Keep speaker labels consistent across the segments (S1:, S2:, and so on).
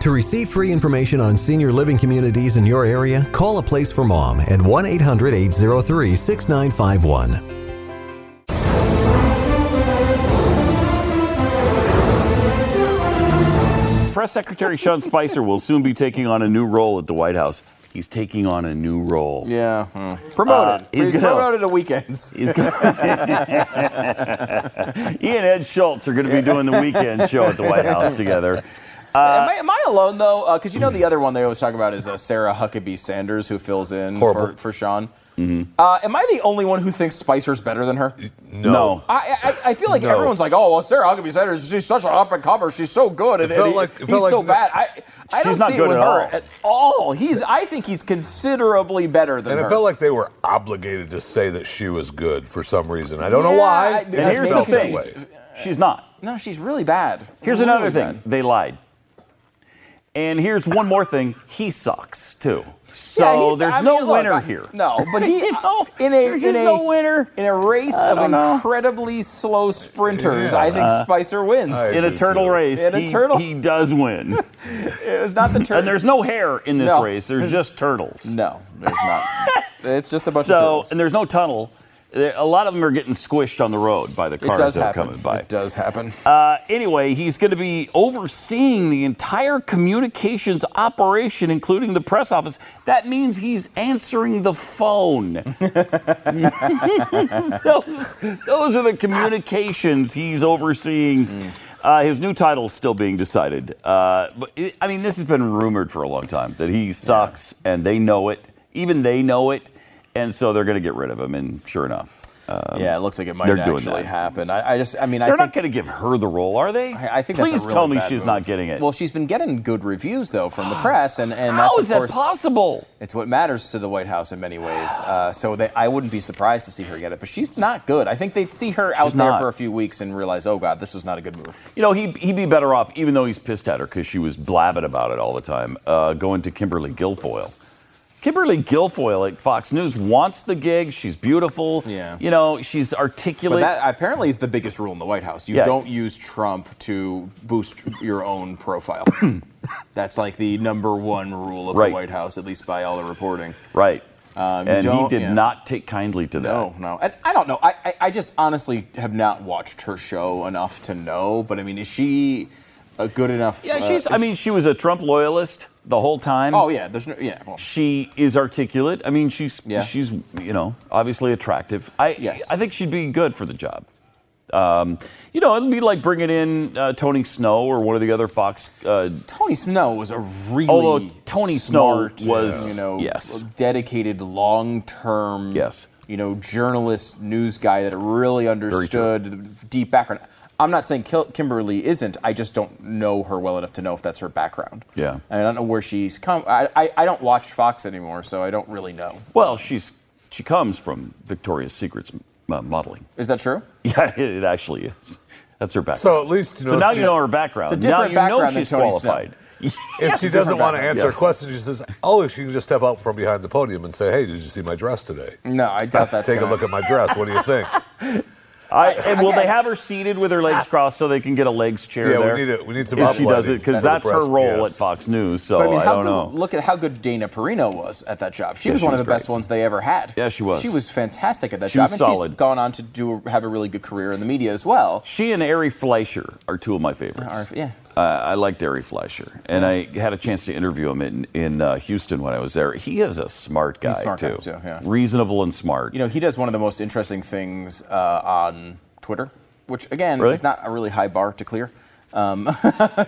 S1: To receive free information on senior living communities in your area, call A Place for Mom at 1 800 803 6951.
S2: Press Secretary Sean Spicer will soon be taking on a new role at the White House. He's taking on a new role.
S3: Yeah. hmm. Promoted.
S2: Uh, he's
S3: he's
S2: gonna-
S3: promoted to weekends.
S2: He's gonna- he and Ed Schultz are going to be doing the weekend show at the White House together.
S3: am, I, am I alone, though? Because you know the other one they always talk about is uh, Sarah Huckabee Sanders, who fills in
S4: Horrible.
S3: for, for Sean. Uh, am I the only one who thinks Spicer's better than her?
S2: No.
S3: I, I, I feel like
S4: No.
S3: everyone's like, oh, well, Sarah Huckabee Sanders, she's such an up and comer. She's so good. And,
S4: It felt
S3: and he-
S4: like- it
S3: he's
S4: felt like
S3: so
S4: the-
S3: bad. I, I
S2: She's
S3: don't
S2: not
S3: see
S2: good
S3: it with
S2: at
S3: her
S2: all.
S3: at all. He's, I think he's considerably better than
S4: And
S3: her.
S4: it felt like they were obligated to say that she was good for some reason. I don't know
S3: Yeah,
S4: why.
S3: I-
S4: It
S3: And
S4: just
S2: here's the
S4: felt
S2: thing.
S4: that way.
S2: She's not.
S3: no, she's really bad.
S2: Here's
S3: Really
S2: another thing.
S3: bad.
S2: They lied. And here's one more thing. He sucks too.
S3: Yeah,
S2: So
S3: he's-
S2: there's
S3: I mean,
S2: no
S3: look,
S2: winner
S3: I-
S2: here.
S3: No, but he
S2: You know,
S3: in a
S2: there's
S3: in
S2: just
S3: a
S2: no winner.
S3: in a race of
S2: don't know.
S3: incredibly slow sprinters.
S4: Yeah.
S3: I think Spicer wins.
S4: I-
S2: In a
S4: do,
S2: turtle
S4: too.
S2: race,
S3: In a
S2: he,
S3: turtle-
S2: he does win.
S3: it was not the turn.
S2: and there's no hair in this
S3: No.
S2: race. There's just turtles.
S3: no, there's not. it's just a bunch
S2: so
S3: of turtles.
S2: and there's no tunnel. There- A lot of them are getting squished on the road by the
S3: it
S2: cars
S3: does
S2: that are
S3: happen.
S2: coming by.
S3: It does happen.
S2: Uh, anyway, he's going to be overseeing the entire communications operation, including the press office. That means he's answering the phone. those, those are the communications he's overseeing. Uh, his new title is still being decided. Uh, but it, I mean, this has been rumored for a long time that he sucks, and they know it. Even they know it, and so they're going to get rid of him. And sure enough, um,
S3: yeah, it looks like it might
S2: they're doing
S3: actually
S2: that.
S3: happen. I, I just, I mean, I
S2: they're
S3: think
S2: not going to give her the role, are they?
S3: I I think
S2: Please
S3: that's a really
S2: tell me
S3: bad
S2: she's
S3: move.
S2: not getting it.
S3: Well, she's been getting good reviews though from the press, and and
S2: How
S3: that's
S2: is
S3: of course
S2: that possible?
S3: it's what matters to the White House in many ways. Uh, so they, I wouldn't be surprised to see her get it, but she's not good. I think they'd see her out there
S2: not.
S3: for a few weeks and realize, oh god, this was not a good move.
S2: You know, he, he'd be better off, even though he's pissed at her because she was blabbing about it all the time, uh, going to Kimberly Guilfoyle. Kimberly Guilfoyle at Fox News wants the gig. She's beautiful.
S3: Yeah.
S2: You know, she's
S3: But
S2: articulate.
S3: that apparently is the biggest rule in the White House. You
S2: Yeah.
S3: don't use Trump to boost your own profile. That's like the number one rule of
S2: Right.
S3: the White House, at least by all the reporting.
S2: right.
S3: Um, you
S2: and he
S3: don't-
S2: did
S3: yeah.
S2: not take kindly to that.
S3: No, no. And I don't know. I, I, I just honestly have not watched her show enough to know. But I mean, is she a good enough?
S2: Yeah,
S3: uh,
S2: she's, I
S3: is-
S2: mean, she was a Trump loyalist the whole time.
S3: oh yeah. There's no. Yeah. Well,
S2: She is articulate. I mean, she's,
S3: Yeah.
S2: she's you know, obviously attractive. I,
S3: Yes.
S2: I think she'd be good for the job. Um, you know, it'd be like bringing in uh, Tony Snow or one of the other Fox uh,
S3: Tony Snow was a really
S2: Although Tony Snow
S3: smart,
S2: was-
S3: you know
S2: yes.
S3: dedicated long term
S2: Yes.
S3: you know journalist news guy that really understood deep background. I'm not saying Kil- Kimberly isn't. I just don't know her well enough to know if that's her background.
S2: Yeah.
S3: and I don't know where she's come. I, I I don't watch Fox anymore, so I don't really know.
S2: Well, she's she comes from Victoria's Secret's uh, modeling.
S3: Is that true?
S2: Yeah, it, it actually is. That's her background.
S4: So at least you know.
S2: So
S4: if
S2: now
S4: she-
S2: you know her background.
S3: It's a different
S2: now you know
S3: background than
S2: she's
S3: Tony Snow.
S2: qualified.
S4: If she doesn't want to
S3: background.
S4: answer a
S2: Yes.
S4: question, she says, "Oh, she can just step out from behind the podium and say, "Hey, did you see my dress today?
S3: No, I doubt that's.
S4: Take a
S3: gonna-
S4: look at my dress. What do you think?"
S2: I, and will they have her seated with her legs crossed so they can get a legs chair
S4: yeah,
S2: there?
S4: we need it. We need some
S2: if she does
S4: uplighting
S2: it, because
S4: for the
S2: that's her
S4: press,
S2: role
S4: yes.
S2: at Fox News. So
S3: But I mean, how
S2: Oh, don't
S3: good,
S2: know.
S3: look at how good Dana Perino was at that job. She
S2: Yeah,
S3: was
S2: she
S3: one
S2: was
S3: of the
S2: great.
S3: best ones they ever had.
S2: Yeah, she was.
S3: She was fantastic at that
S2: She
S3: job,
S2: was
S3: and
S2: solid.
S3: she's gone on to do have a really good career in the media as well.
S2: She and Ari Fleischer are two of my favorites.
S3: Or- yeah.
S2: Uh, I liked Ari Fleischer, and I had a chance to interview him in, in uh, Houston when I was there. He is a smart guy,
S3: a smart guy,
S2: too.
S3: too, yeah.
S2: Reasonable and smart.
S3: You know, he does one of the most interesting things uh, on Twitter, which again
S2: Really?
S3: is not a really high bar to clear. Um,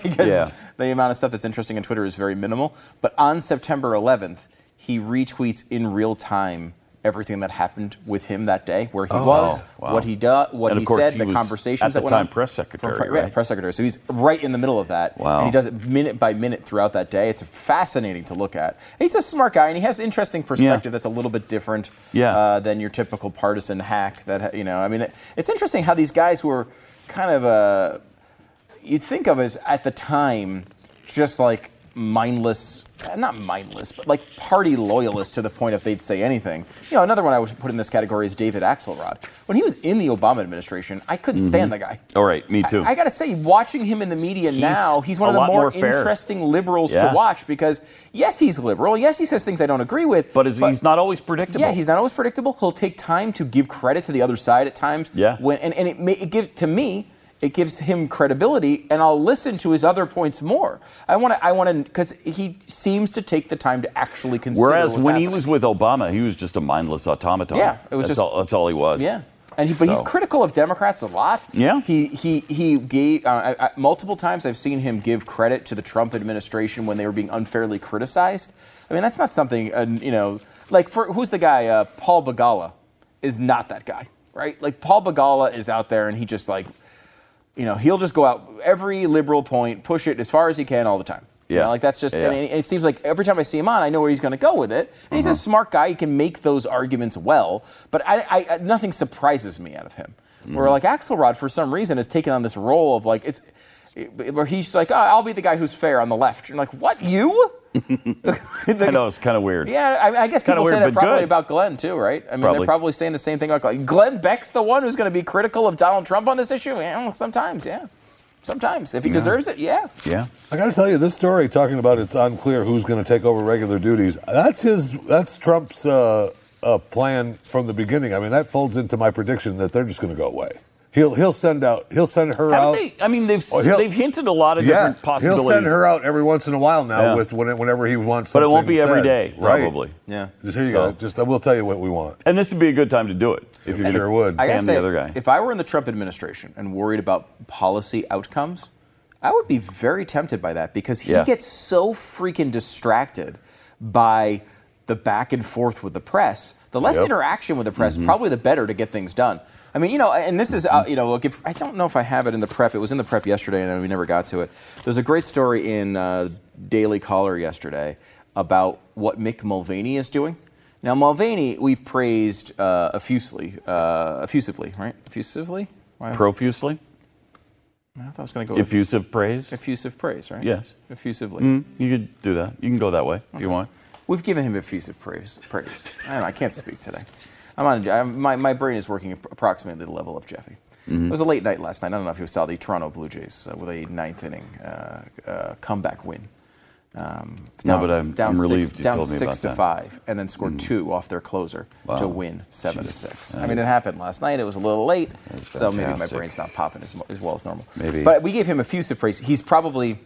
S3: because
S2: Yeah.
S3: the amount of stuff that's interesting on Twitter is very minimal. But on September 11th, he retweets in real time everything that happened with him that day, where he was,
S2: Oh, wow.
S3: what he did, what
S2: And of
S3: he
S2: course,
S3: said,
S2: he
S3: the
S2: was
S3: conversations
S2: at the
S3: that went
S2: time
S3: on.
S2: press secretary,
S3: From-
S2: right?
S3: press secretary. So he's right in the middle of that.
S2: Wow.
S3: And he does it minute by minute throughout that day. It's fascinating to look at. And he's a smart guy, and he has interesting perspective that's a little bit different
S2: Yeah.
S3: uh, than your typical partisan hack. That you know, I mean, it, it's interesting how these guys who are kind of uh, you'd think of as at the time just like mindless eh, not mindless but like party loyalists to the point if they'd say anything you know another one i would put in this category is david axelrod when he was in the obama administration i couldn't stand the guy
S2: All right, Mm-hmm. me too.
S3: I, I gotta say, watching him in the media now, he's one
S2: a
S3: of the
S2: lot
S3: more,
S2: more fair.
S3: interesting liberals
S2: Yeah.
S3: to watch because yes, he's liberal. Yes, he says things I don't agree with.
S2: but, it's, he's not always predictable.
S3: Yeah, he's not always predictable. He'll take time to give credit to the other side at times.
S2: Yeah.
S3: When and, and it, may, it gives to me it gives him credibility, and I'll listen to his other points more. I want to I want to because he seems to take the time to actually consider.
S2: Whereas
S3: what's
S2: when he
S3: happening.
S2: was with Obama, he was just a mindless automaton.
S3: Yeah, it was
S2: that's
S3: just-
S2: all, that's all he was.
S3: Yeah. And he, but he's
S2: So.
S3: critical of Democrats a lot.
S2: Yeah.
S3: He he he gave uh, I, I, multiple times. I've seen him give credit to the Trump administration when they were being unfairly criticized. I mean, that's not something uh, you know. Like for who's the guy? Uh, Paul Bagala is not that guy, right? Like Paul Bagala is out there and he just like, you know, he'll just go out every liberal point, push it as far as he can all the time. You
S2: Yeah.
S3: know, like that's just.
S2: Yeah.
S3: And it- it seems like every time I see him on, I know where he's going to go with it. And
S2: Mm-hmm.
S3: he's a smart guy; he can make those arguments well. But I, I, I- nothing surprises me out of him.
S2: Mm-hmm.
S3: Where like Axelrod, for some reason, has taken on this role of like it's where he's like, oh, I'll be the guy who's fair on the left. You're like, what you?
S2: I know it's kind of weird.
S3: Yeah, I, I guess
S2: Kinda
S3: people say
S2: weird,
S3: that
S2: but
S3: probably
S2: good.
S3: about Glenn too, right? I mean,
S2: Probably.
S3: they're probably saying the same thing about Glenn. Glenn Beck's the one who's going to be critical of Donald Trump on this issue. Yeah, well, sometimes, yeah, sometimes if he deserves it, yeah.
S2: Yeah.
S4: I got to tell you, this story talking about it's unclear who's going to take over regular duties. That's his. That's Trump's uh, uh, plan from the beginning. I mean, that folds into my prediction that they're just going to go away. He'll he'll send out. He'll send her
S2: Haven't
S4: out.
S2: they, I mean, they've
S4: Oh, he'll-
S2: they've hinted a lot of
S4: yeah,
S2: different possibilities,
S4: he'll send her out every once in a while now
S2: Yeah.
S4: with when, whenever he wants.
S2: but it won't
S4: something
S2: be every day,
S4: said. Right.
S2: probably.
S3: Yeah.
S4: Just here you
S2: So-
S4: go. Just uh, we'll tell you what we want.
S2: And this would be a good time to do it if you're
S4: Sure would.
S3: I
S2: I
S3: gotta
S2: the
S3: say,
S2: other guy.
S3: if I were in the Trump administration and worried about policy outcomes, I would be very tempted by that because he
S2: Yeah.
S3: gets so freaking distracted by the back and forth with the press. The less
S4: Yep.
S3: interaction with the press, probably the better to get things done. I mean, you know, and this is, uh, you know, look, if, I don't know if I have it in the prep. It was in the prep yesterday, and we never got to it. There's a great story in uh, Daily Caller yesterday about what Mick Mulvaney is doing. Now, Mulvaney, we've praised uh, effusively, uh, effusively, right? Effusively? Why-
S2: Profusely,
S3: I thought I was going to go with
S2: effusive praise.
S3: effusive praise, right?
S2: Yes.
S3: Effusively.
S2: You could do that. You can go that way if you want.
S3: We've given him effusive praise. praise. I, don't know, I can't speak today. I'm on, I'm, my, my brain is working appro- approximately the level of Jeffy.
S2: Mm-hmm.
S3: It was a late night last night. I don't know if you saw the Toronto Blue Jays uh, with a ninth inning uh, uh, comeback win. Um,
S2: No, but I'm- I'm relieved
S3: Six,
S2: you
S3: down
S2: told me
S3: six to
S2: about that. Mm.
S3: five, and then scored two off their closer
S2: Wow.
S3: to win seven to six. I
S2: That
S3: mean,
S2: is-
S3: it happened last night. It was a little late,
S2: That's
S3: so maybe my
S2: fantastic.
S3: brain's not popping as, mo- as well as normal.
S2: Maybe.
S3: but we gave him effusive praise. He's probably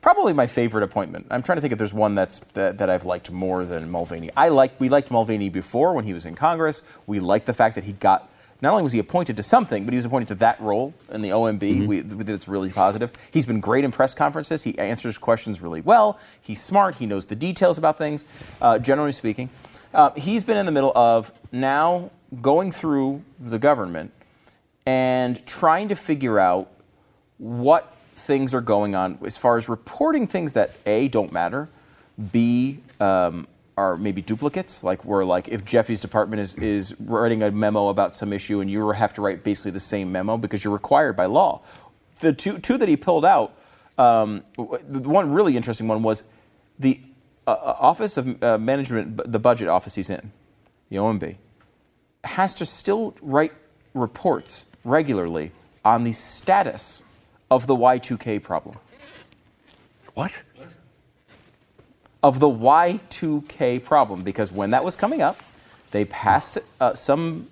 S3: probably my favorite appointment. I'm trying to think if there's one that's that, that I've liked more than Mulvaney. I like we liked Mulvaney before when he was in Congress. We liked the fact that he got not only was he appointed to something, but he was appointed to that role in the OMB. We, that's really positive. He's been great in press conferences. He answers questions really well. He's smart. He knows the details about things. Uh, generally speaking, uh, he's been in the middle of now going through the government and trying to figure out what things are going on as far as reporting things that a don't matter, b um, are maybe duplicates. Like where like if Jeffy's department is is writing a memo about some issue and you have to write basically the same memo because you're required by law. The two two that he pulled out, um, w- the one really interesting one was the uh, uh, office of uh, management, b- the budget office he's in, the OMB has to still write reports regularly on the status of the Y2K problem.
S2: What?
S3: Of the Y2K problem, because when that was coming up, they passed uh, some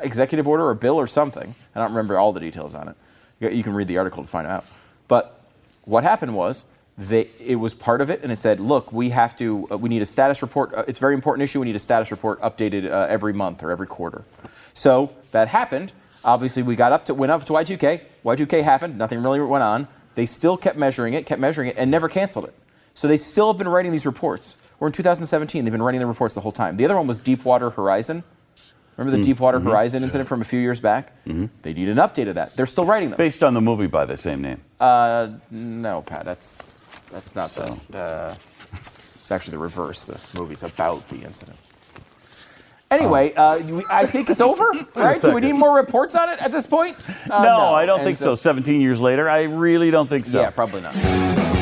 S3: executive order or bill or something. I don't remember all the details on it. You- You can read the article to find out. But what happened was they, it was part of it, and it said, "Look, we have to. Uh, we need a status report. Uh, it's a very important issue. We need a status report updated uh, every month or every quarter." So that happened. Obviously, we got up to went up to Y2K. Y2K happened. Nothing really went on. They still kept measuring it, kept measuring it, and never canceled it. So they still have been writing these reports. We're in 2017. They've been writing the reports the whole time. The other one was Deepwater Horizon. Remember
S2: Mm-hmm.
S3: the Deepwater Horizon incident from a few years back? They need an update of that. They're still writing them.
S2: Based on the movie by the same name.
S3: Uh, no, Pat, that's that's not the. Uh, it's actually the reverse. The movie's about the incident. Anyway, uh, we- I think it's over, right? Do we
S2: Oh. second.
S3: need more reports on it at this point? Uh,
S2: no, I don't
S3: And
S2: think so. 17 years later, I really don't think so.
S3: Yeah, probably not.